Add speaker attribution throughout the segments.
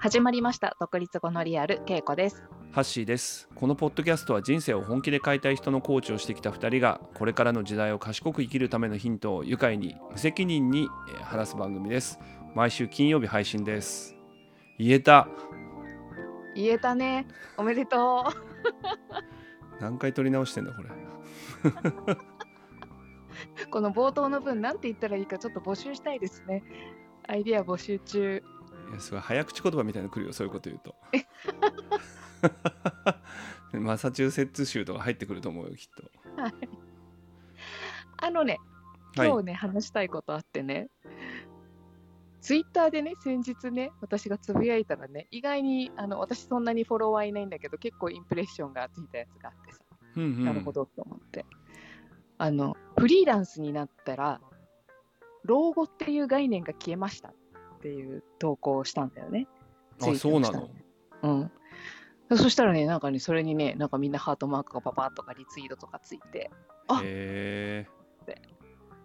Speaker 1: 始まりました独立後のリアルけいこです
Speaker 2: ハッシーですこのポッドキャストは人生を本気で変えたい人のコーチをしてきた2人がこれからの時代を賢く生きるためのヒントを愉快に無責任にえー話す番組です毎週金曜日配信です言えた
Speaker 1: 言えたねおめでとう
Speaker 2: 何回撮り直してんだこれ
Speaker 1: この冒頭の分なんて言ったらいいかちょっと募集したいですねアイディア募集中
Speaker 2: いやすごい早口言葉みたいなの来るよそういうこと言うと マサチューセッツ州とか入ってくると思うよきっ
Speaker 1: あのね
Speaker 2: とはい
Speaker 1: 今日ね、話したいことあってねツイッターでね先日ね私がつぶやいたらね意外にあの私そんなにフォロワーいないんだけど結構インプレッションがついたやつがあってさ
Speaker 2: うんうん
Speaker 1: なるほどと思って、あのフリーランスになったら老後っていう概念が消えましたっていう投稿をしたんだよね。ツイー
Speaker 2: あ
Speaker 1: ト
Speaker 2: そうな
Speaker 1: した
Speaker 2: の
Speaker 1: うん、そしたらねなんかねそれにねなんかみんなハートマークがパパッとかリツイートとかついてあ
Speaker 2: へえ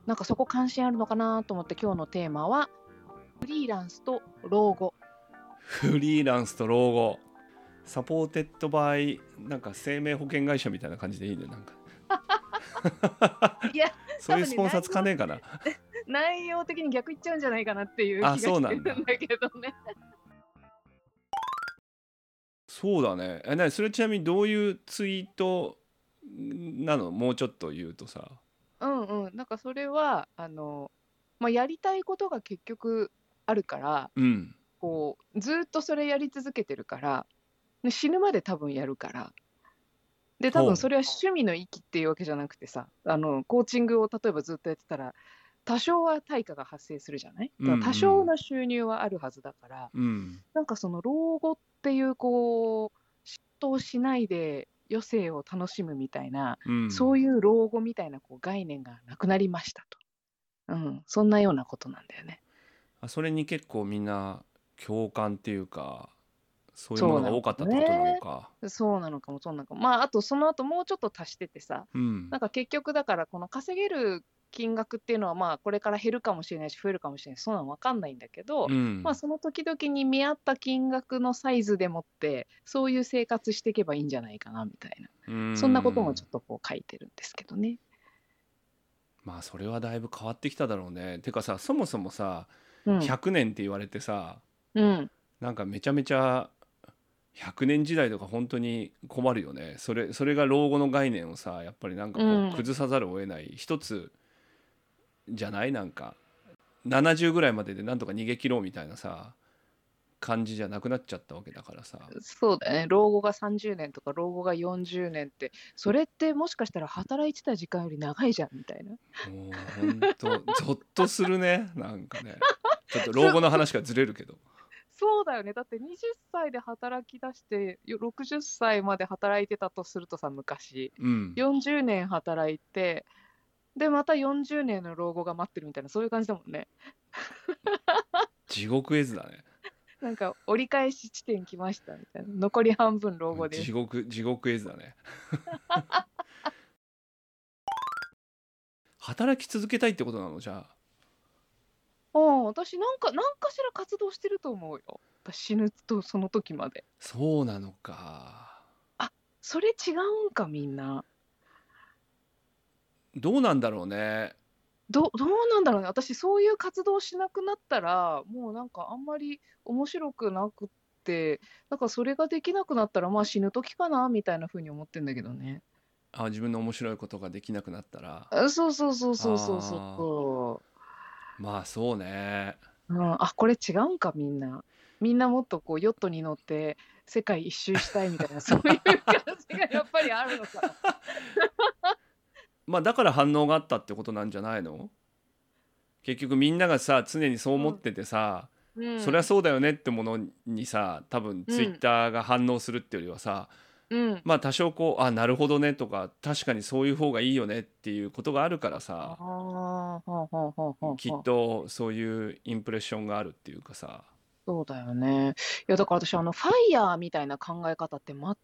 Speaker 1: なんかそこ関心あるのかなと思って今日のテーマはフリーランスと老後
Speaker 2: フリーランスと老後サポーテッドバイなんか生命保険会社みたいな感じでいいねなん か
Speaker 1: いや
Speaker 2: そういうスポンサーつかねえかな、
Speaker 1: 内容的に逆いっちゃうんじゃないかなっていう気が
Speaker 2: あ
Speaker 1: してる
Speaker 2: そうん
Speaker 1: だ
Speaker 2: な
Speaker 1: け
Speaker 2: んだ
Speaker 1: どね。
Speaker 2: そうだねえなにそれちなみにどういうツイートなのもうちょっと言うとさ
Speaker 1: うんうん、なんかそれはあの、まあ、やりたいことが結局あるから
Speaker 2: うん
Speaker 1: こうずーっとそれやり続けてるからで死ぬまで多分やるからで多
Speaker 2: ほ
Speaker 1: 分
Speaker 2: う
Speaker 1: それは趣味の域っていうわけじゃなくてさあのコーチングを例えばずっとやってたら多少は対価が発生するじゃないだから
Speaker 2: うんうん
Speaker 1: 多少の収入はあるはずだから、
Speaker 2: うん
Speaker 1: なんかその老後っていうこう嫉妬しないで余生を楽しむみたいな
Speaker 2: うん
Speaker 1: そう
Speaker 2: い
Speaker 1: いう老後みたいなこう概念がなくなりましたと、うん、そんなようなことなんだよね。
Speaker 2: うそれに結構みんな共感っていうかそういうものが多かったってことなのか
Speaker 1: そうなのかもそうなのかも。まああとその後もうちょっと足しててさ
Speaker 2: うん
Speaker 1: なんか結局だからこの稼げる金額っていうのはまあこれから減るかもしれないし増えるかもしれないしそんなの分かんないんだけど、
Speaker 2: うん
Speaker 1: まあその時々に見合った金額のサイズでもってそういう生活していけばいいんじゃないかなみたいな。
Speaker 2: うん
Speaker 1: そんなこともちょっとこう書いてるんですけどね。
Speaker 2: まあそれはだいぶ変わってきただろうねてかさそもそもさ
Speaker 1: うん。
Speaker 2: 100年って言われてさ、
Speaker 1: うん、
Speaker 2: なんかめちゃめちゃ100年時代とか本当に困るよねそれそれが老後の概念をさやっぱりなんかこ
Speaker 1: うん
Speaker 2: う崩さざるを得ない、一つじゃないなんか70ぐらいまででなんとか逃げ切ろうみたいなさ感じじゃなくなっちゃったわけだからさ
Speaker 1: そうだね。老後が30年とか老後が40年って、それってもしかしたら働いてた時間より長いじゃんみたいな。
Speaker 2: もう本 当ゾッとするねなんかねちょっと老後の話がずれるけど
Speaker 1: そうだよね。だって20歳で働き出して、よ60歳まで働いてたとするとさ、昔。
Speaker 2: うん
Speaker 1: 40年働いて、で、また40年の老後が待ってるみたいな、そういう感じだもんね。
Speaker 2: 地獄絵図だね
Speaker 1: なんか折り返し地点来ましたみたいな。残り半分老後です
Speaker 2: 地。獄地獄絵図だね 働き続けたいってことなのじゃあ
Speaker 1: うん、私なんか何かしら活動してると思うよ。私死ぬとその時まで。
Speaker 2: そうなのか
Speaker 1: それ違うんかみんな。
Speaker 2: どうなんだろうね
Speaker 1: どどうなんだろうね。私そういう活動しなくなったらもうなんかあんまり面白くなくってなんかそれができなくなったらまあ死ぬ時かなみたいな風に思ってんだけどね。
Speaker 2: あ自分の面白いことができなくなったら
Speaker 1: あそうそうそうそうそうそうそ
Speaker 2: まあそうね
Speaker 1: う。うん、あこれ違うんかみんな。みんなもっとこうヨットに乗って世界一周したいみたいなそういう感じがやっぱりあるの かな。
Speaker 2: まあだから反応があったってことなんじゃないの結局みんながさ常にそう思っててさ、
Speaker 1: うん、
Speaker 2: そりゃそうだよねってものにさ多分ツイッターが反応するっていうよりはさ、
Speaker 1: うん。
Speaker 2: まあ多少こうあなるほどねとか確かにそういう方がいいよねっていうことがあるから
Speaker 1: あ
Speaker 2: さ
Speaker 1: あ、ほうほうほうほう
Speaker 2: きっ
Speaker 1: ほう。
Speaker 2: とそういうインプレッションがあるっていうかさ
Speaker 1: そうだよね。いや、だから私、あの、ファイヤーみたいな考え方って、ま、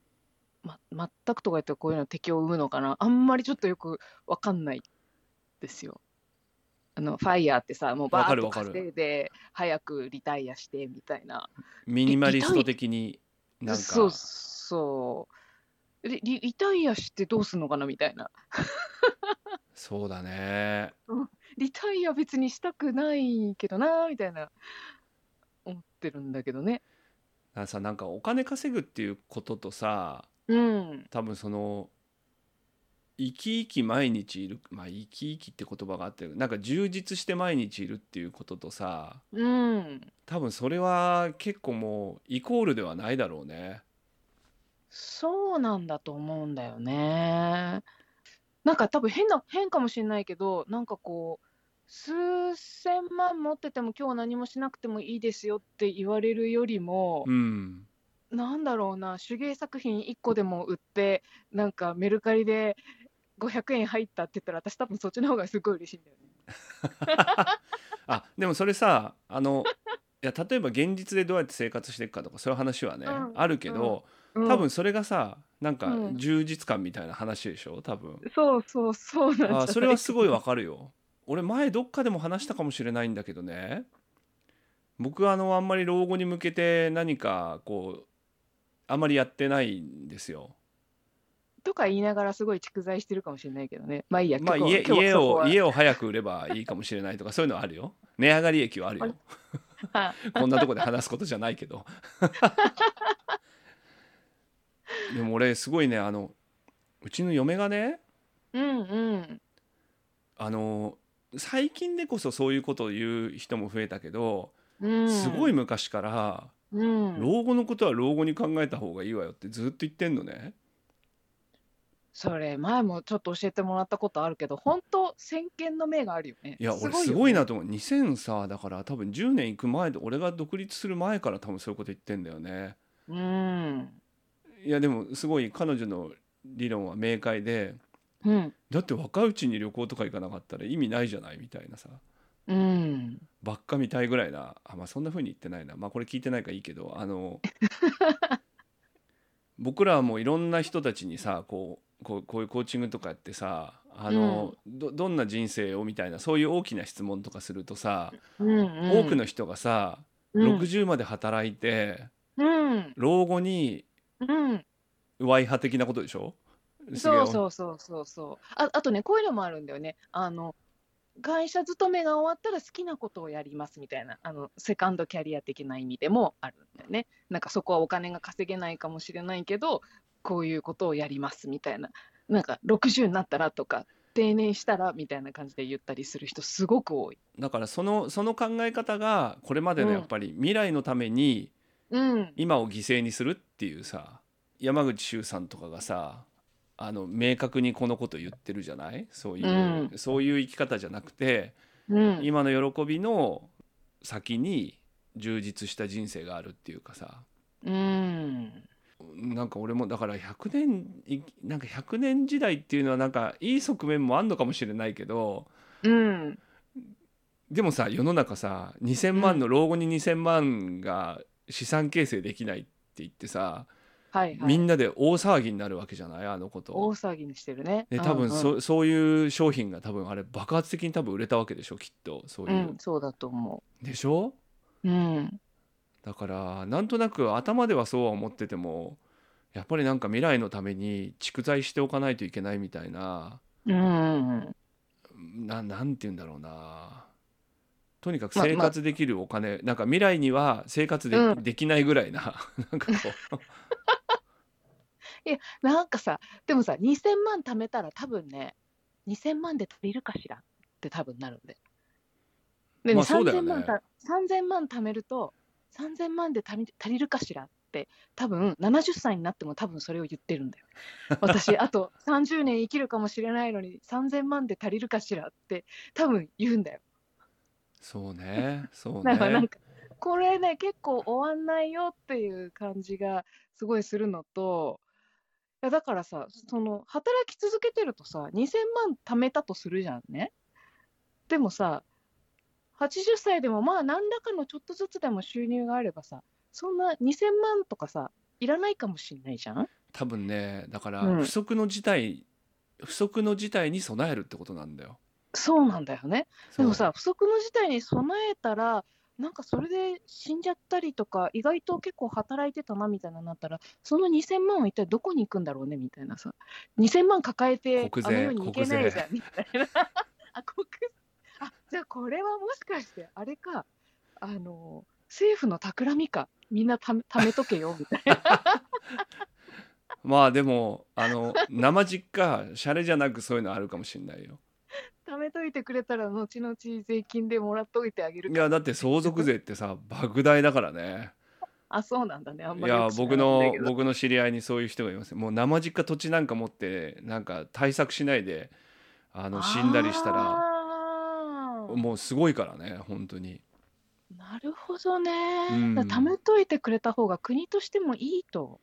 Speaker 1: ま、全くとか言ってこういうの敵を生むのかな。あんまりちょっとよくわかんないですよ。あのファイヤーってさもうバーッと
Speaker 2: わかるわかる
Speaker 1: 稼いで早くリタイアしてみたいな
Speaker 2: ミニマリスト的になんか
Speaker 1: そうそうリリリタイアしてどうすんのかなみたいな
Speaker 2: そうだね
Speaker 1: リタイア別にしたくないけどなみたいな思ってるんだけどね
Speaker 2: だからさなんかお金稼ぐっていうこととさ
Speaker 1: うん
Speaker 2: 多分その生き生き毎日いるまあ生き生きって言葉があってなんか充実して毎日いるっていうこととさ
Speaker 1: うん
Speaker 2: 多分それは結構もうイコールではないだろうね
Speaker 1: そうなんだと思うんだよね。なんか多分変な変かもしれないけどなんかこう数千万持ってても今日何もしなくてもいいですよって言われるよりも、
Speaker 2: うん
Speaker 1: なんだろうな手芸作品1個でも売ってなんかメルカリで500円入ったって言ったら私多分そっちの方がすごい嬉しいんだよね。
Speaker 2: あでもそれさあのいや例えば現実でどうやって生活していくかとかそういう話はね、
Speaker 1: うん
Speaker 2: あるけど、
Speaker 1: うん
Speaker 2: 多分それがさなんか
Speaker 1: うん
Speaker 2: 充実感みたいな話でしょ多分、
Speaker 1: そうそう そうなんじゃない
Speaker 2: あそれはすごいわかるよ俺前どっかでも話したかもしれないんだけどね僕はあのあんまり老後に向けて何かこうあんまりやってないんですよ
Speaker 1: とか言いながらすごい蓄財してるかもしれないけどねまあいいや、
Speaker 2: まあ
Speaker 1: 今日は
Speaker 2: 家
Speaker 1: 今日は
Speaker 2: 家
Speaker 1: そこ
Speaker 2: を
Speaker 1: は
Speaker 2: 家を早く売ればいいかもしれないとかそういうのはあるよ値上がり益はある
Speaker 1: あ
Speaker 2: よ
Speaker 1: れ はい
Speaker 2: こんなとこで話すことじゃないけど でも俺すごいねあのうちの嫁がね
Speaker 1: うんうん
Speaker 2: あの最近でこそそういうことを言う人も増えたけど、
Speaker 1: うん、
Speaker 2: すごい昔から
Speaker 1: うん、
Speaker 2: 老後のことは老後に考えた方がいいわよってずっと言ってんのね
Speaker 1: それ前もちょっと教えてもらったことあるけど本当先見の目があるよね
Speaker 2: いや俺す
Speaker 1: よ
Speaker 2: ごい
Speaker 1: ね
Speaker 2: なと思う2000さだから多分10年いく前で俺が独立する前から多分そういうこと言ってんだよね
Speaker 1: うん
Speaker 2: いやでもすごい彼女の理論は明快で
Speaker 1: うん
Speaker 2: だって若いうちに旅行とか行かなかったら意味ないじゃないみたいなさ
Speaker 1: うん
Speaker 2: ばっかみたいぐらいなあまあそんな風に言ってないなまあこれ聞いてないからいいけど あの僕らはもういろんな人たちにさこうこうこういうコーチングとかやってさあの、どどんな人生をみたいなそういう大きな質問とかするとさ、
Speaker 1: うん
Speaker 2: 多くの人がさ、
Speaker 1: うん
Speaker 2: 60まで働いて
Speaker 1: うん
Speaker 2: 老後に
Speaker 1: うん
Speaker 2: ワイ派的なことでしょすげえ
Speaker 1: そうそうそうそうそうああとねこういうのもあるんだよねあの会社勤めが終わったら好きなことをやりますみたいなあのセカンドキャリア的な意味でもあるんだよねなんかそこはお金が稼げないかもしれないけどこういうことをやりますみたいななんか60になったらとか定年したらみたいな感じで言ったりする人すごく多い。
Speaker 2: だからそのその考え方がこれまでのやっぱり未来のために
Speaker 1: うん、
Speaker 2: 今を犠牲にするっていうさ山口周さんとかがさあの明確にこのこと言ってるじゃないそういう、
Speaker 1: う
Speaker 2: そういう生き方じゃなくて、
Speaker 1: うん、
Speaker 2: 今の喜びの先に充実した人生があるっていうかさ
Speaker 1: うん、
Speaker 2: なんか俺もだから100年いなんか100年時代っていうのはなんかいい側面もあんのかもしれないけど
Speaker 1: うん、
Speaker 2: でもさ世の中さ2,000万の老後に2,000万が資産形成できないって言ってさ
Speaker 1: はい、は
Speaker 2: みん
Speaker 1: い、
Speaker 2: なで大騒ぎになるわけじゃないあのこと
Speaker 1: 大騒ぎにしてるね。
Speaker 2: で多分そ,、
Speaker 1: う
Speaker 2: うんそういう商品が多分あれ爆発的に多分売れたわけでしょきっとそう
Speaker 1: う
Speaker 2: い
Speaker 1: ん、
Speaker 2: う、
Speaker 1: うん、そうだと思
Speaker 2: でしょ
Speaker 1: う。うん、
Speaker 2: だからなんとなく頭ではそうは思っててもやっぱりなんか未来のために蓄財しておかないといけないみたいな
Speaker 1: うん、
Speaker 2: ななんて言うんだろうなとにかく
Speaker 1: まあまあ
Speaker 2: 生活できるお金、なんか未来には生活で,、
Speaker 1: うん
Speaker 2: できないぐらいな なんかこう
Speaker 1: なんかさ、でもさ、2000万貯めたら多分ね、2000万で足りるかしらって多分なるんで。で、ね
Speaker 2: まあそうだよ
Speaker 1: 3000
Speaker 2: ね
Speaker 1: 万た3000万貯めると、3000万で足り足りるかしらって、多分70歳になっても多分それを言ってるんだよ。私、あと30年生きるかもしれないのに、3000万で足りるかしらって、多分言うんだよ。
Speaker 2: そうねそう
Speaker 1: だからなん
Speaker 2: ね
Speaker 1: か、これね、結構終わんないよっていう感じがすごいするのと、いやだからさ、その働き続けてるとさ、2000万貯めたとするじゃんね。でもさ、80歳でもまあ何らかのちょっとずつでも収入があればさ、そんな2000万とかさ、いらないかもしれないじゃん。
Speaker 2: 多分ねだから
Speaker 1: うん
Speaker 2: 不測の事態、不測の事態に備えるってことなんだよ
Speaker 1: そうなんだよね。でもさ、不測の事態に備えたら、なんかそれで死んじゃったりとか、意外と結構働いてたなみたいなのになったら、その2000万は一体どこに行くんだろうねみたいなさ、2000万抱えて、
Speaker 2: 国
Speaker 1: あ
Speaker 2: 税
Speaker 1: の世に行けない
Speaker 2: 国
Speaker 1: じ
Speaker 2: 税
Speaker 1: ゃんみたいな。 あ国あじゃあこれはもしかして、あれか、あの政府の企みか、みんなため貯めとけよみたいな。
Speaker 2: まあでもあの生実家シャレじゃなくそういうのあるかもしれないよ
Speaker 1: 貯めといてくれたら、後々税金でもらっといてあげる
Speaker 2: い
Speaker 1: から
Speaker 2: やだって相続税ってさ莫大だからね
Speaker 1: あ、そうなんだね。あん
Speaker 2: い
Speaker 1: まりよ
Speaker 2: や
Speaker 1: く知らな
Speaker 2: 僕
Speaker 1: かった
Speaker 2: の
Speaker 1: けど
Speaker 2: 僕の知り合いにそういう人がいますもう生実家土地なんか持ってなんか対策しないであの死んだりしたら
Speaker 1: あー
Speaker 2: もうすごいからね本当に
Speaker 1: なるほどね、
Speaker 2: うん
Speaker 1: だから貯めといてくれた方が国としてもいいと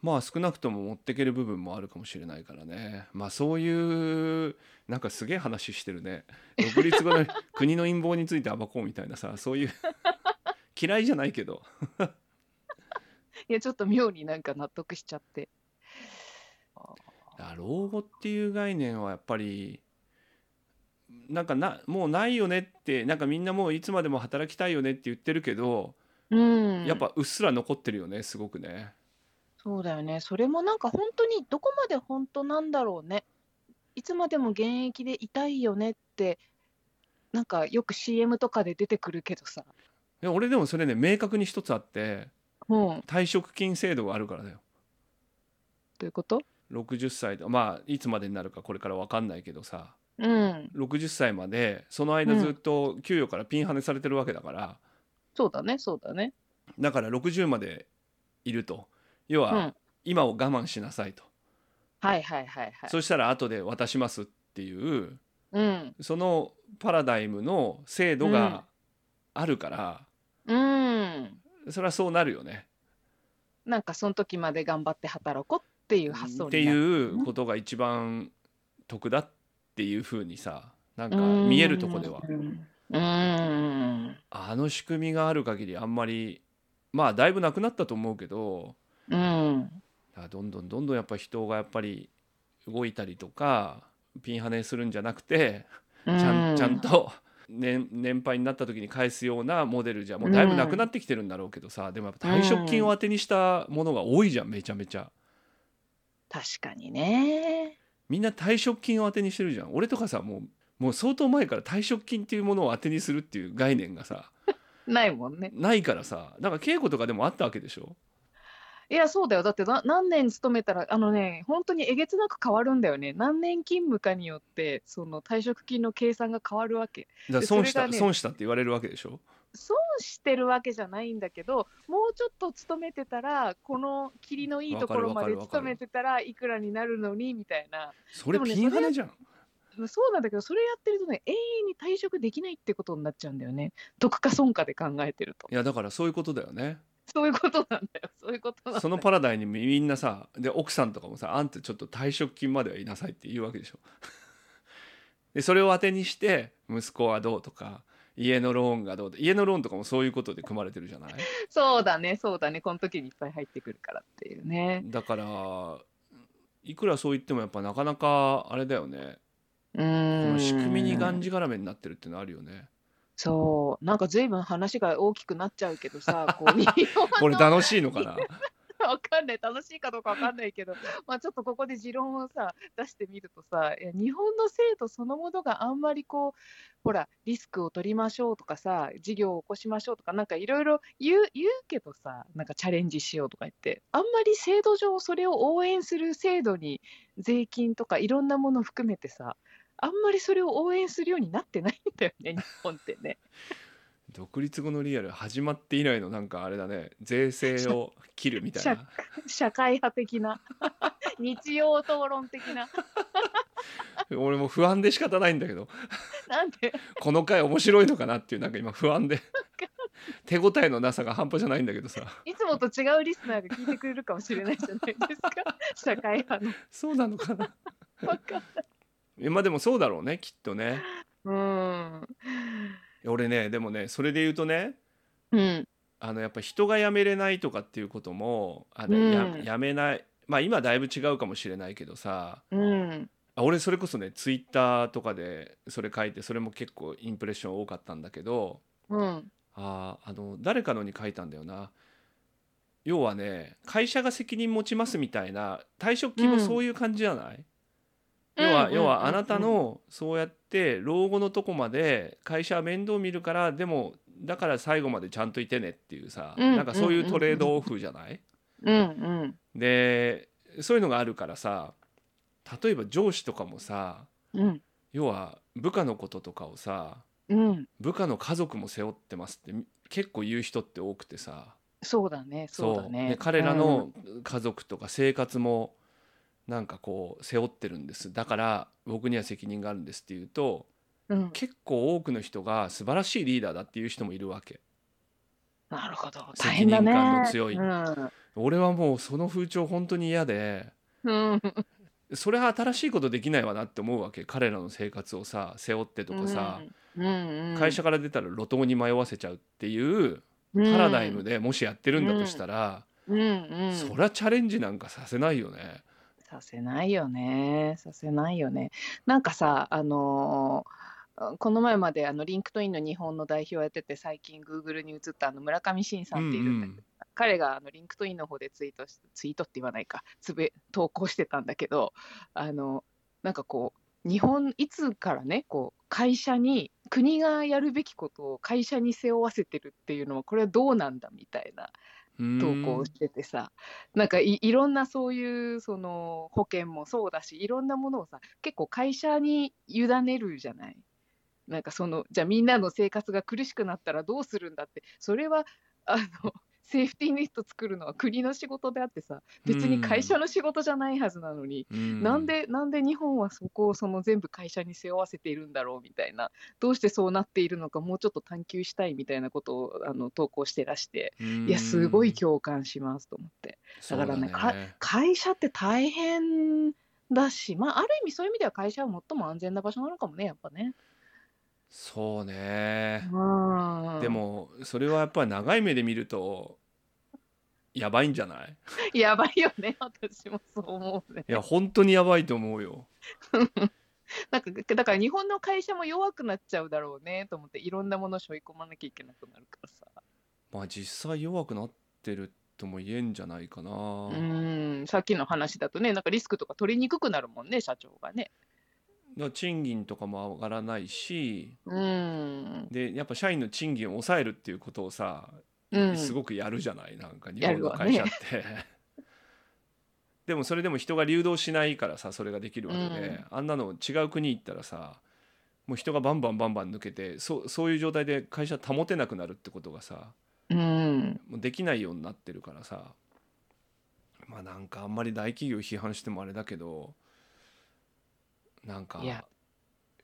Speaker 2: まあ少なくとも持ってける部分もあるかもしれないからねまあそういうなんかすげえ話してるね独立後の国の陰謀について暴こうみたいなさそ ういう嫌いじゃないけど
Speaker 1: いやちょっと妙になんか納得しちゃって
Speaker 2: だから老後っていう概念はやっぱりなんかなもうないよねってなんかみんなもういつまでも働きたいよねって言ってるけど、
Speaker 1: うん
Speaker 2: やっぱうっすら残ってるよねすごくね。
Speaker 1: そうだよねそれもなんか本当にどこまで本当なんだろうねいつまでも現役でいたいよねってなんかよく CM とかで出てくるけどさ
Speaker 2: で俺でもそれね明確に一つあって
Speaker 1: うん
Speaker 2: 退職金制度があるからだよ。
Speaker 1: どういうこと
Speaker 2: 60歳とまあいつまでになるかこれから分かんないけどさ
Speaker 1: うん
Speaker 2: 60歳までその間ずっと給与からピンハネされてるわけだから、
Speaker 1: そうだねそうだね
Speaker 2: だから60までいると要
Speaker 1: うん
Speaker 2: は今を我慢しなさいと、
Speaker 1: はいはいはいはい
Speaker 2: そしたら後で渡しますっていう
Speaker 1: うん
Speaker 2: そのパラダイムの制度があるから、
Speaker 1: うん
Speaker 2: それはそうなるよね
Speaker 1: なんかその時まで頑張って働こうっていう発想
Speaker 2: っ
Speaker 1: に
Speaker 2: て
Speaker 1: なる
Speaker 2: いうことが一番得だっていうふうにさなんか見えるとこでは
Speaker 1: うんうん
Speaker 2: あの仕組みがある限りあんまりまあだいぶなくなったと思うけど
Speaker 1: うん
Speaker 2: だからどんどんどんどんやっぱ人がやっぱり動いたりとかピンハネするんじゃなくて
Speaker 1: ち
Speaker 2: ちゃんちゃんと年年配になった時に返すようなモデルじゃもうだいぶなくなってきてるんだろうけどさ、でもやっぱ退職金を当てにしたものが多いじゃんめちゃめちゃ
Speaker 1: 確かにね
Speaker 2: みんな退職金を当てにしてるじゃん俺とかさもうもう相当前から退職金っていうものを当てにするっていう概念がさ
Speaker 1: ないもんね
Speaker 2: ないからさだから稽古とかでもあったわけでしょ
Speaker 1: いやそうだよだってな何年勤めたらあのね本当にえげつなく変わるんだよね何年勤務かによってその退職金の計算が変わるわけ
Speaker 2: だから
Speaker 1: でそれ
Speaker 2: 損
Speaker 1: が
Speaker 2: した、
Speaker 1: ね
Speaker 2: 損したって言われるわけでしょ
Speaker 1: 損してるわけじゃないんだけどもうちょっと勤めてたらこの霧のいいところまで
Speaker 2: わかるわかる
Speaker 1: 勤めてたらいくらになるのにみたいな
Speaker 2: それ
Speaker 1: でもね
Speaker 2: ピンハネじゃん、
Speaker 1: そうなんだけど、それやってるとね、永遠に退職できないってことになっちゃうんだよね。得か損かで考えてると。
Speaker 2: いやだからそういうことだよね
Speaker 1: そういうことなんだよ。そういうことなんだ
Speaker 2: そのパラダイムにみんなさで奥さんとかもさあんたちょっと退職金まではいなさいって言うわけでしょ でそれを当てにして息子はどうとか家のローンがどうと家のローンとかもそういうことで組まれてるじゃない
Speaker 1: そうだね、そうだね。この時にいっぱい入ってくるからっていうね。
Speaker 2: だからいくらそう言ってもやっぱなかなかあれだよね
Speaker 1: う
Speaker 2: こ
Speaker 1: ー
Speaker 2: の
Speaker 1: ん。
Speaker 2: 仕組みにがんじがらめになってるっていうのあるよね
Speaker 1: そう。なんか随分話が大きくなっちゃうけどさ、 こう、日
Speaker 2: こ
Speaker 1: 本
Speaker 2: れ
Speaker 1: の
Speaker 2: 楽しいのかな
Speaker 1: わかんない、楽しいかどうかわかんないけど、まあ、ちょっとここで持論をさ、出してみるとさ、いや日本の制度そのものがあんまりこう、ほら、リスクを取りましょうとかさ、事業を起こしましょうとか、なんかいろいろ言う言うけどさ、なんかチャレンジしようとか言って、あんまり制度上、それを応援する制度に、税金とかいろんなもの含めてさ、あんまりそれを応援するようになってないんだよね、日本ってね。
Speaker 2: 独立後のリアル始まって以来のなんかあれだね税制を切るみたい な
Speaker 1: 社会派的な、日曜討論的な、
Speaker 2: 俺も不安で仕方ないんだけど
Speaker 1: なんで
Speaker 2: この回面白いのかなっていうなんか今不安で手応えのなさが半端じゃないんだけどさ
Speaker 1: いつもと違うリスナーが聞いてくれるかもしれないじゃないです か、社会派の。
Speaker 2: そうなのかな
Speaker 1: わかん
Speaker 2: えまあでもそうだろうねきっとね
Speaker 1: うん。
Speaker 2: 俺ねでもねそれで言うとね
Speaker 1: うん。
Speaker 2: あのやっぱ人が辞めれないとかっていうこともあの、
Speaker 1: うん
Speaker 2: や辞めないまあ今だいぶ違うかもしれないけどさ
Speaker 1: うん。
Speaker 2: あ俺それこそねツイッターとかでそれ書いてそれも結構インプレッション多かったんだけど
Speaker 1: うん。
Speaker 2: あーあの誰かのに書いたんだよな要はね会社が責任持ちますみたいな退職金もそういう感じじゃない、要は要はあなたのそうやって老後のとこまで会社は面倒見るからでもだから最後までちゃんといてねっていうさ
Speaker 1: うん
Speaker 2: なんかそういうトレードオフじゃない
Speaker 1: うんうん
Speaker 2: でそういうのがあるからさ例えば上司とかもさ
Speaker 1: うん
Speaker 2: 要は部下のこととかをさ
Speaker 1: うん
Speaker 2: 部下の家族も背負ってますって結構言う人って多くてさ
Speaker 1: そうだねそうだね
Speaker 2: で彼らの家族とか生活もなんかこう背負ってるんですだから僕には責任があるんですって言うと
Speaker 1: うんうん
Speaker 2: 結構多くの人が素晴らしいリーダーだっていう人もいるわけ
Speaker 1: なるほど
Speaker 2: 責
Speaker 1: 大変だね
Speaker 2: 任感の強い
Speaker 1: うん
Speaker 2: 俺はもうその風潮本当に嫌で
Speaker 1: うん
Speaker 2: それは新しいことできないわなって思うわけ彼らの生活をさ背負ってとかさ、
Speaker 1: うんうん
Speaker 2: 会社から出たら路頭に迷わせちゃうっていうパラダイムでもしやってるんだとしたら、
Speaker 1: うんうんうん
Speaker 2: そりゃチャレンジなんかさせないよね。
Speaker 1: させないよねさせないよねなんかさあのーこの前まであのリンクトインの日本の代表をやってて最近グーグルに移ったあの村上信さんっているんだけど、
Speaker 2: うんうん
Speaker 1: 彼があのリンクトインの方でツイートしツイートって言わないかつぶ投稿してたんだけどあのなんかこう日本いつからねこう会社に国がやるべきことを会社に背負わせてるっていうのはこれはどうなんだみたいな
Speaker 2: うーん
Speaker 1: 投稿しててさ、なんかいいろんなそういうその保険もそうだしいろんなものをさ結構会社に委ねるじゃないなんかそのじゃあみんなの生活が苦しくなったらどうするんだってそれはあのセーフティーネット作るのは国の仕事であってさ別に会社の仕事じゃないはずなのに、
Speaker 2: うー
Speaker 1: なんでなんで日本はそこをその全部会社に背負わせているんだろうみたいなどうしてそうなっているのかもうちょっと探求したいみたいなことをあの投稿してらして
Speaker 2: うーん
Speaker 1: いや、すごい共感しますと思って。だからね
Speaker 2: そうだ
Speaker 1: 会社って大変だし、まあ、ある意味そういう意味では会社は最も安全な場所なのかもね、やっぱね。
Speaker 2: そうね、
Speaker 1: うん。
Speaker 2: で、もそれはやっぱり長い目で見るとやばいんじゃない
Speaker 1: やばいよね、 私もそう思うね。
Speaker 2: いや本当にやばいと思うよ。
Speaker 1: なんか、だから日本の会社も弱くなっちゃうだろうねと思って、いろんなものを背負い込まなきゃいけなくなるからさ。
Speaker 2: まあ実際弱くなってるとも言えんじゃないかな。
Speaker 1: うん、さっきの話だとね、なんかリスクとか取りにくくなるもんね、社長がね。
Speaker 2: だから賃金とかも上がらないし
Speaker 1: うん。
Speaker 2: でやっぱ社員の賃金を抑えるっていうことをさ、
Speaker 1: うん、
Speaker 2: すごくやるじゃないなんか日
Speaker 1: や
Speaker 2: 本
Speaker 1: る
Speaker 2: の
Speaker 1: わ
Speaker 2: 会
Speaker 1: ね
Speaker 2: 社って。 でもそれでも人が流動しないからさそれができるわけで、
Speaker 1: うん
Speaker 2: あんなの違う国行ったらさもう人がバンバンバンバン抜けてそうそういう状態で会社保てなくなるってことがさ
Speaker 1: うん。
Speaker 2: もうできないようになってるからさまあなんかあんまり大企業批判してもあれだけどなんか
Speaker 1: いや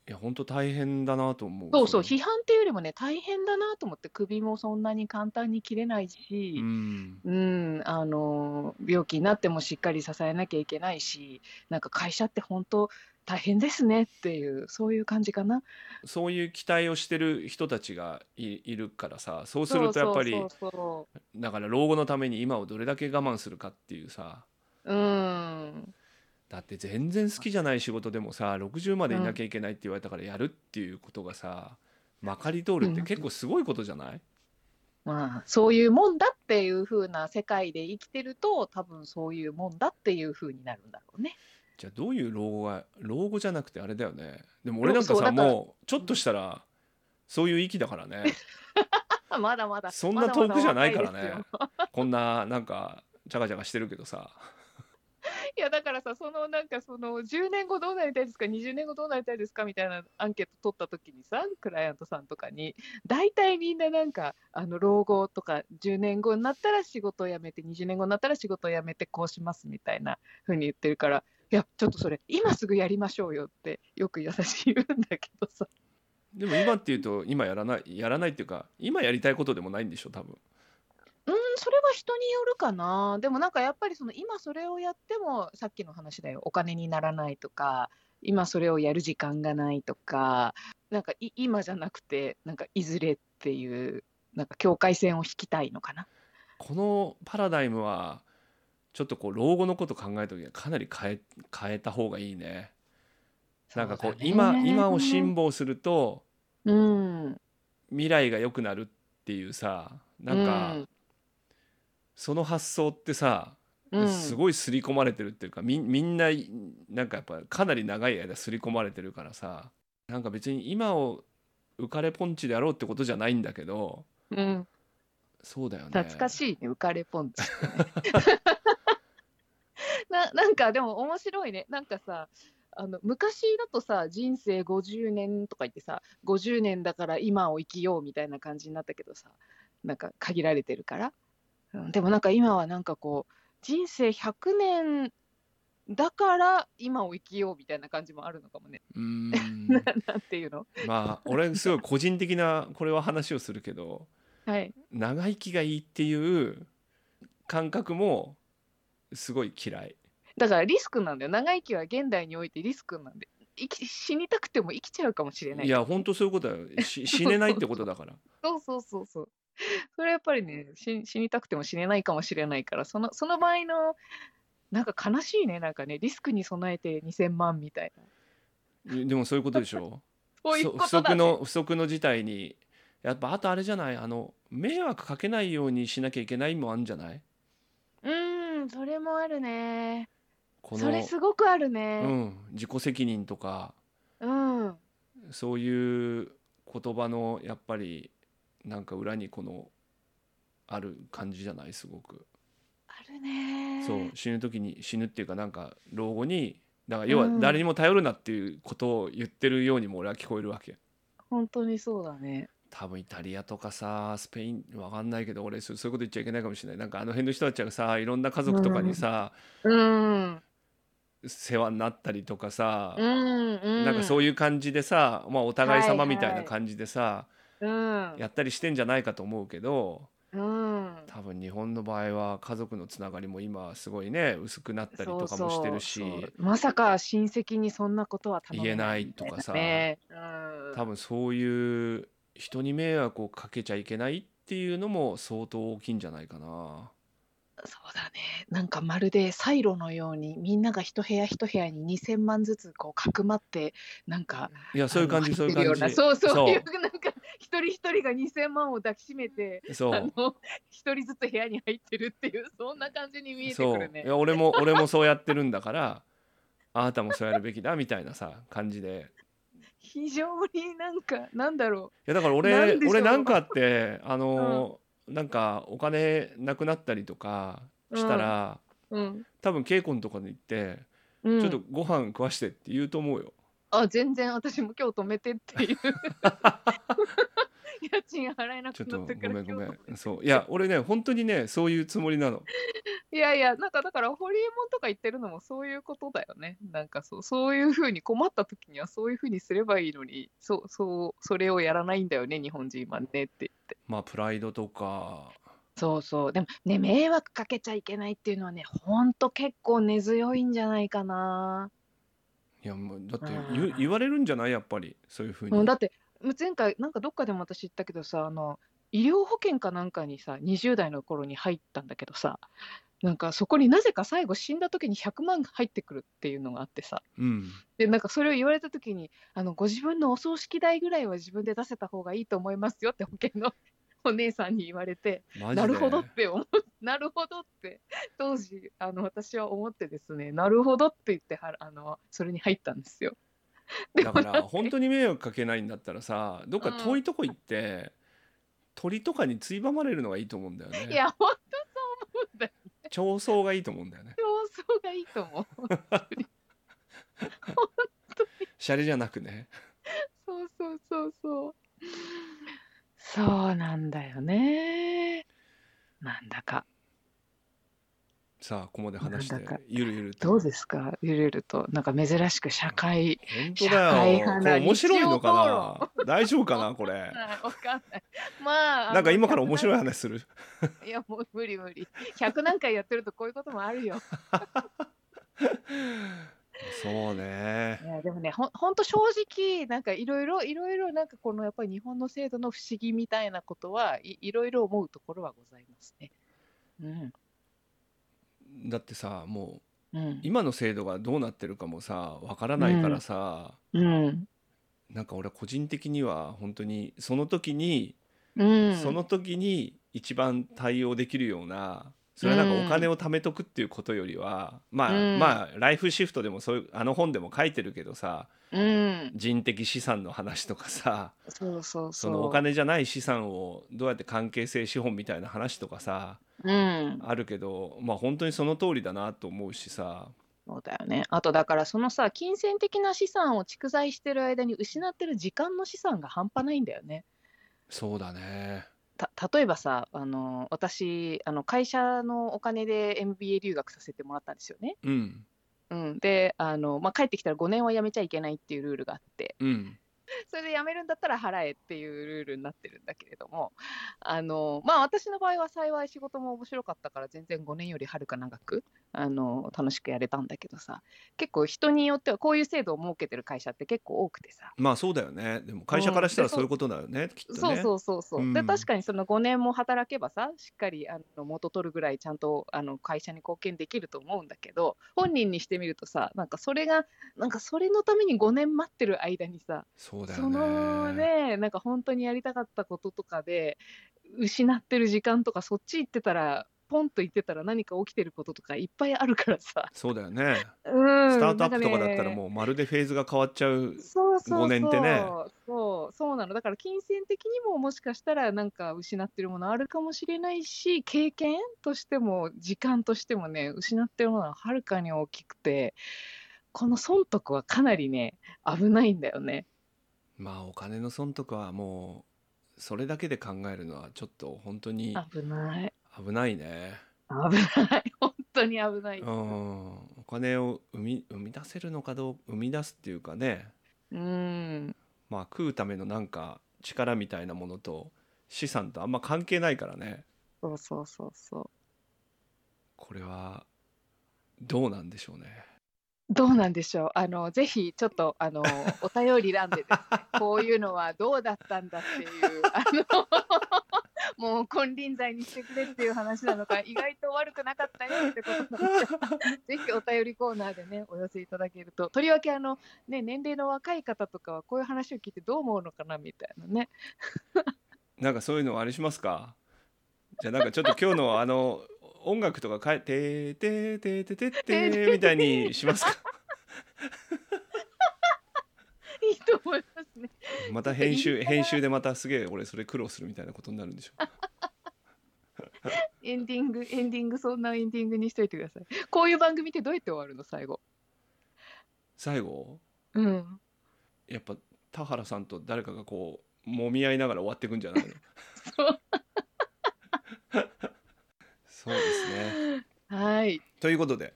Speaker 2: いや本当大変だなと思う
Speaker 1: そうそう、
Speaker 2: れ
Speaker 1: 批判っていうよりもね、大変だなと思って、首もそんなに簡単に切れないし
Speaker 2: う、ん
Speaker 1: うん、あの、病気になってもしっかり支えなきゃいけないし、なんか会社って本当大変ですねっていう、そういう感じかな。
Speaker 2: そういう期待をしてる人たちがいいるからさそうするとやっぱり
Speaker 1: そうそうそ
Speaker 2: だから老後のために今をどれだけ我慢するかっていうさ
Speaker 1: ううん、
Speaker 2: だって全然好きじゃない仕事でもさ60までいなきゃいけないって言われたからやるっていうことがさ、まかり通るって結構すごいことじゃない、
Speaker 1: まあ、そういうもんだっていう風な世界で生きてると、多分そういうもんだっていう風になるんだろうね。
Speaker 2: じゃあどういう老後が老後じゃなくてあれだよねでも俺なんか
Speaker 1: そう
Speaker 2: さ
Speaker 1: だから
Speaker 2: もうちょっとしたらそういう域だからね
Speaker 1: まだ まだ、
Speaker 2: そんな遠くじゃないから
Speaker 1: まだまだ若いです
Speaker 2: ね
Speaker 1: よ
Speaker 2: こんななんかチャカチャカしてるけどさ
Speaker 1: いやだからさ、そのなんかその10年後どうなりたいですか、20年後どうなりたいですかみたいなアンケート取った時にさ、クライアントさんとかに、大体みんななんか、あの老後とか、10年後になったら仕事を辞めて、20年後になったら仕事を辞めて、こうしますみたいな風に言ってるから、いや、ちょっとそれ、今すぐやりましょうよって、よく優しい言うんだけどさ、
Speaker 2: でも今っていうと今やらないやらないっていうか今やりたいことでもないんでしょ多分
Speaker 1: うーん、それは人によるかな。でもなんかやっぱりその今それをやってもさっきの話だよ。お金にならないとか、今それをやる時間がないとか、なんかい今じゃなくて、なんかいずれっていう、なんか境界線を引きたいのかな。
Speaker 2: このパラダイムはちょっとこう老後のこと考えた時にはかなり変え変えた方がいいねなんかこう
Speaker 1: そうだね
Speaker 2: 今今を辛抱すると
Speaker 1: うん。
Speaker 2: 未来が良くなるっていうさなんかその発想ってさ
Speaker 1: うん、
Speaker 2: す
Speaker 1: い。
Speaker 2: ごい刷り込まれてるっていうかみみんないなんかやっぱかなり長い間刷り込まれてるからさなんか別に今を浮かれポンチであろうってことじゃないんだけど
Speaker 1: うん。
Speaker 2: そうだよね
Speaker 1: 懐かしいね、浮かれポンチってね、 ななんかでも面白いねなんかさあの昔だとさ人生50年とか言ってさ50年だから今を生きようみたいな感じになったけどさなんか限られてるから、うん、でもなんか今はなんかこう人生100年だから今を生きようみたいな感じもあるのかもね
Speaker 2: うーん
Speaker 1: なんていうの
Speaker 2: まあ俺すごい個人的なこれは話をするけど
Speaker 1: はい
Speaker 2: 長生きがいいっていう感覚もすごい嫌い
Speaker 1: だからリスクなんだよ長生きは現代においてリスクなんで生き死にたくても生きちゃうかもしれない
Speaker 2: いや本当そういうことだよし死ねないってこと だから
Speaker 1: そうそうそうそう。それやっぱりね死、死にたくても死ねないかもしれないから、そのその場合の、なんか悲しいね、なんかね、リスクに備えて2000万みたいな。
Speaker 2: でもそういうことでしょ
Speaker 1: そういうこ
Speaker 2: 不
Speaker 1: とだ、
Speaker 2: 足
Speaker 1: ね。
Speaker 2: の不足の事態にやっぱあとあれじゃないあの迷惑かけないようにしなきゃいけないもあるんじゃないう
Speaker 1: ーん、それもあるね。
Speaker 2: この
Speaker 1: それすごくある
Speaker 2: う
Speaker 1: ね。
Speaker 2: ん、自己責任とか
Speaker 1: うん。
Speaker 2: そういう言葉のやっぱりなんか裏にこのある感じじゃないすごく、
Speaker 1: あるね。
Speaker 2: そう死ぬ時に死ぬっていうかなんか老後にだから要は
Speaker 1: うん
Speaker 2: 誰にも頼るなっていうことを言ってるようにも俺は聞こえるわけ
Speaker 1: 本当にそうだね。
Speaker 2: 多分イタリアとかさスペインわかんないけど俺そうそういうこと言っちゃいけないかもしれないなんかあの辺の人たちがさいろんな家族とかにさ、
Speaker 1: うん。
Speaker 2: 世話になったりとかさ、
Speaker 1: うん。うん。
Speaker 2: なんかそう
Speaker 1: いう。
Speaker 2: いう感じでさ、まあ、お互い
Speaker 1: はいは
Speaker 2: 様
Speaker 1: い
Speaker 2: みたいな感じでさ、
Speaker 1: うん。
Speaker 2: やったりしてんじゃないかと思うけど
Speaker 1: うん。
Speaker 2: 多分日本の場合は家族のつながりも今すごいね薄くなったりとかもしてるし
Speaker 1: そうそうまさか親戚にそんなことは頼めないみた
Speaker 2: 言えないとかさ
Speaker 1: ねうん、
Speaker 2: 多分そういう人に迷惑をかけちゃいけないっていうのも相当大きいんじゃないかな。
Speaker 1: そうだね。なんかまるでサイロのようにみんなが一部屋一部屋に2000万ずつこうかくまってなんか
Speaker 2: いやそういう感じ
Speaker 1: あの
Speaker 2: そういう
Speaker 1: 入ってるよ
Speaker 2: 感じ。
Speaker 1: うなそうそうい
Speaker 2: そう
Speaker 1: なんか一人一人が2000万を抱きしめて
Speaker 2: うそ
Speaker 1: あ
Speaker 2: う
Speaker 1: の一人ずつ部屋に入ってるっていうそんな感じに見えて
Speaker 2: そ
Speaker 1: く
Speaker 2: う
Speaker 1: る
Speaker 2: い
Speaker 1: ね。
Speaker 2: や俺も俺もそうやってるんだからあなたもそうやるべきだみたいなさ感じで
Speaker 1: 非常になんかなんだろ
Speaker 2: いやだから
Speaker 1: なん
Speaker 2: 俺
Speaker 1: でしょう
Speaker 2: 俺なんかあってあの、なんかお金なくなったりとかしたら、
Speaker 1: う。うん。
Speaker 2: 多分稽古のとこに行って、
Speaker 1: うん、
Speaker 2: ちょっとご飯食わしてって言うと思うよ。
Speaker 1: あ全然私も今日止めてっていう 家賃払えな
Speaker 2: ちょ
Speaker 1: く
Speaker 2: っと
Speaker 1: な
Speaker 2: ご
Speaker 1: ったから
Speaker 2: めんごめ
Speaker 1: 今日止めて
Speaker 2: ん。そういや俺ね本当にねそういうつもりなの。
Speaker 1: いやいや、なんかだから、ホリエモンとか言ってるのもそういうことだよね。なんかそう、そういうふうに困った時にはそういうふうにすればいいのに、そう、そう、それをやらないんだよね、日本人はねって言って。
Speaker 2: まあプライドとか
Speaker 1: そうそう。でもね、迷惑かけちゃいけないっていうのはね、ほんと結構根強いんじゃないかな。
Speaker 2: いやもうだって
Speaker 1: うん
Speaker 2: 言言われるんじゃないやっぱりそういうふうに。
Speaker 1: もうだって、前回、なんかどっかでも私言ったけどさ、あの、医療保険かなんかにさ、20代の頃に入ったんだけどさ、なんかそこになぜか最後死んだ時に100万が入ってくるっていうのがあってさ、
Speaker 2: うん
Speaker 1: でなんかそれを言われた時にあのご自分のお葬式代ぐらいは自分で出せた方がいいと思いますよって保険の お姉さんに言われて
Speaker 2: マジで。
Speaker 1: なるほどって思う なるほどって当時あの私は思ってですねなるほどって言ってはあのそれに入ったんですよ。で
Speaker 2: だ
Speaker 1: も
Speaker 2: から本当に迷惑かけないんだったらさどっか遠いとこ行って、鳥とかについばまれるのがいいと思うんだよね
Speaker 1: いや本当
Speaker 2: 調創がいいと思うんだよね
Speaker 1: そうそうがいいと思う。
Speaker 2: シャレじゃなくね
Speaker 1: そうそうそうそう。そうなんだよね。なんだか
Speaker 2: さあここまで話して
Speaker 1: なんだか
Speaker 2: ゆるゆる
Speaker 1: どう
Speaker 2: す
Speaker 1: ですかゆるゆるとなんか珍しく社会。
Speaker 2: 本当だ
Speaker 1: 社
Speaker 2: よ
Speaker 1: 会派
Speaker 2: こ
Speaker 1: な
Speaker 2: れ面白いの
Speaker 1: 日
Speaker 2: かな大丈夫かなこれ
Speaker 1: はいわかんない。 まあ、
Speaker 2: なんか今から面白い
Speaker 1: い。
Speaker 2: 話する
Speaker 1: いや、もう無理無理。100何回やってるとこういうこともあるよ。
Speaker 2: そうね
Speaker 1: いや、でもね、ほんほんと正直、なんかいろいろ、いろいろ、なんかこのやっぱり日本の制度の不思議みたいなことはい、いろいろ思うところはございますね。うん。
Speaker 2: だってさも
Speaker 1: うん
Speaker 2: 今の制度がどうなってるかもさわからないからさ、
Speaker 1: うん
Speaker 2: なんか俺個人的には本当にその時に、
Speaker 1: うん、
Speaker 2: その時に一番対応できるようなそれはなんかお金を貯めとくっていうことよりは、まあ、
Speaker 1: うん
Speaker 2: まあライフシフトでもそういうあの本でも書いてるけどさ
Speaker 1: うん、
Speaker 2: 人的資産の話とかさ
Speaker 1: そうそうそ。
Speaker 2: そうのお金じゃない資産をどうやって関係性資本みたいな話とかさ
Speaker 1: うん、
Speaker 2: あるけどまあ本当にその通りだなと思うしさ
Speaker 1: そうだよね。あとだからそのさ、金銭的な資産を蓄財してる間に失ってる時間の資産が半端ないんだよね。
Speaker 2: そうだね
Speaker 1: た例えばさ、あの私あの会社のお金で MBA 留学させてもらったんですよね。
Speaker 2: うん
Speaker 1: うん、であの、まあ、帰ってきたら5年は辞めちゃいけないっていうルールがあって
Speaker 2: うん
Speaker 1: それで辞めるんだったら払えっていうルールになってるんだけれどもあの、まあ、私の場合は幸い仕事も面白かったから全然5年よりはるか長くあの楽しくやれたんだけどさ結構人によってはこういう制度を設けてる会社って結構多くてさ
Speaker 2: まあそうだよねでも会社からした
Speaker 1: う
Speaker 2: ら
Speaker 1: んで
Speaker 2: そういうことだよね、きっとね
Speaker 1: そうそうそうそう、
Speaker 2: う
Speaker 1: で
Speaker 2: ん
Speaker 1: 確かにその5年も働けばさしっかりあの元取るぐらいちゃんとあの会社に貢献できると思うんだけど本人にしてみるとさなんかそれがなんかそれのために5年待ってる間にさ
Speaker 2: そうだよ
Speaker 1: そ
Speaker 2: ね
Speaker 1: のねなんか本当にやりたかったこととかで失ってる時間とかそっち行ってたらポンと行ってたら何か起きてることとかいっぱいあるからさ、
Speaker 2: そうだよね
Speaker 1: うん、
Speaker 2: スタートアップとかだったら
Speaker 1: う
Speaker 2: もうまるでフェーズが変わっちゃう
Speaker 1: そうそうそう
Speaker 2: 5年ってね
Speaker 1: そうそうなのだから金銭的にももしかしたらなんか失ってるものあるかもしれないし経験としても時間としてもね失ってるものははるかに大きくてこの損得はかなりね危ないんだよね。
Speaker 2: まあお金の損とかはもうそれだけで考えるのはちょっと本当に
Speaker 1: 危ない
Speaker 2: 危ないね
Speaker 1: 危ない 本当に危ない。
Speaker 2: うんお金を生み生み出せるのかどう生み出すっていうかね
Speaker 1: うん
Speaker 2: まあ食うためのなんか力みたいなものと資産とあんま関係ないからね
Speaker 1: そうそうそうそう。
Speaker 2: これはどうなんでしょうね
Speaker 1: どうなんでしょうあのぜひちょっとあのお便り欄でですね こういうのはどうだったんだっていうあの もう金輪際にしてくれっていう話なのか意外と悪くなかったよってことなのでぜひお便りコーナーでねお寄せいただけるととりわけあの、ね、年齢の若い方とかはこういう話を聞いてどう思うのかなみたいなね
Speaker 2: なんかそういうのはありしますかじゃあなんかちょっと今日のあの音楽とか変えてーてーてーてーてーてーみたいにしますか
Speaker 1: いいと思いますね。
Speaker 2: また編
Speaker 1: ちょっとイ
Speaker 2: 集
Speaker 1: ンスタが
Speaker 2: 編集でまたすげえ俺それ苦労するみたいなことになるんでしょ
Speaker 1: エンディングエンディングそんなエンディングにしといてください。こういう番組ってどうやって終わるの最後。
Speaker 2: 最後
Speaker 1: うん
Speaker 2: やっぱ田原さんと誰かがこう揉み合いながら終わっていくんじゃないの
Speaker 1: そう
Speaker 2: そうですね
Speaker 1: はい。
Speaker 2: ということで、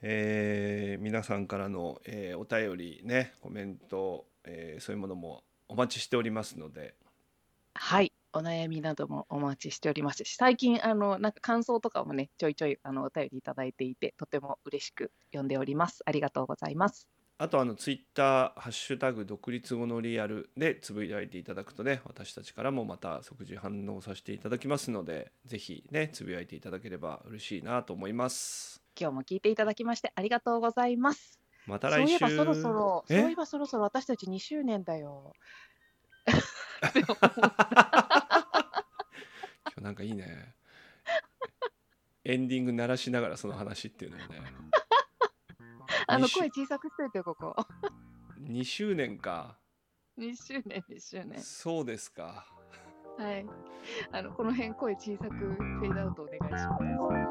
Speaker 2: えー皆さんからの、えーお便りねコメント、えーそういうものもお待ちしておりますので
Speaker 1: はい。お悩みなどもお待ちしておりますし、最近、あの、なんか感想とかもね、ちょいちょい、あの、お便りいただいていて、とても嬉しく読んでおります。ありがとうございます。
Speaker 2: あとあのツイッターハッシュタグ独立後のリアルでつぶやいていただくとね私たちからもまた即時反応させていただきますのでぜひねつぶやいていただければ嬉しいなと思います
Speaker 1: 今日も聞いていただきまして、ありがとうございます。
Speaker 2: また
Speaker 1: そう
Speaker 2: 来
Speaker 1: い
Speaker 2: 週
Speaker 1: えば、そろそろ、そう
Speaker 2: え
Speaker 1: いえば、そろそろ私たち2周年だよ。でも
Speaker 2: 今日なんかいいねエンディング鳴らしながらその話っていうのもね
Speaker 1: あの、
Speaker 2: 二周
Speaker 1: 声小さくしといてよ、ここ。
Speaker 2: 2周年か
Speaker 1: 2周年、2周年。
Speaker 2: そうですか
Speaker 1: はい。あの、この辺、声小さく、フェードアウトお願いします。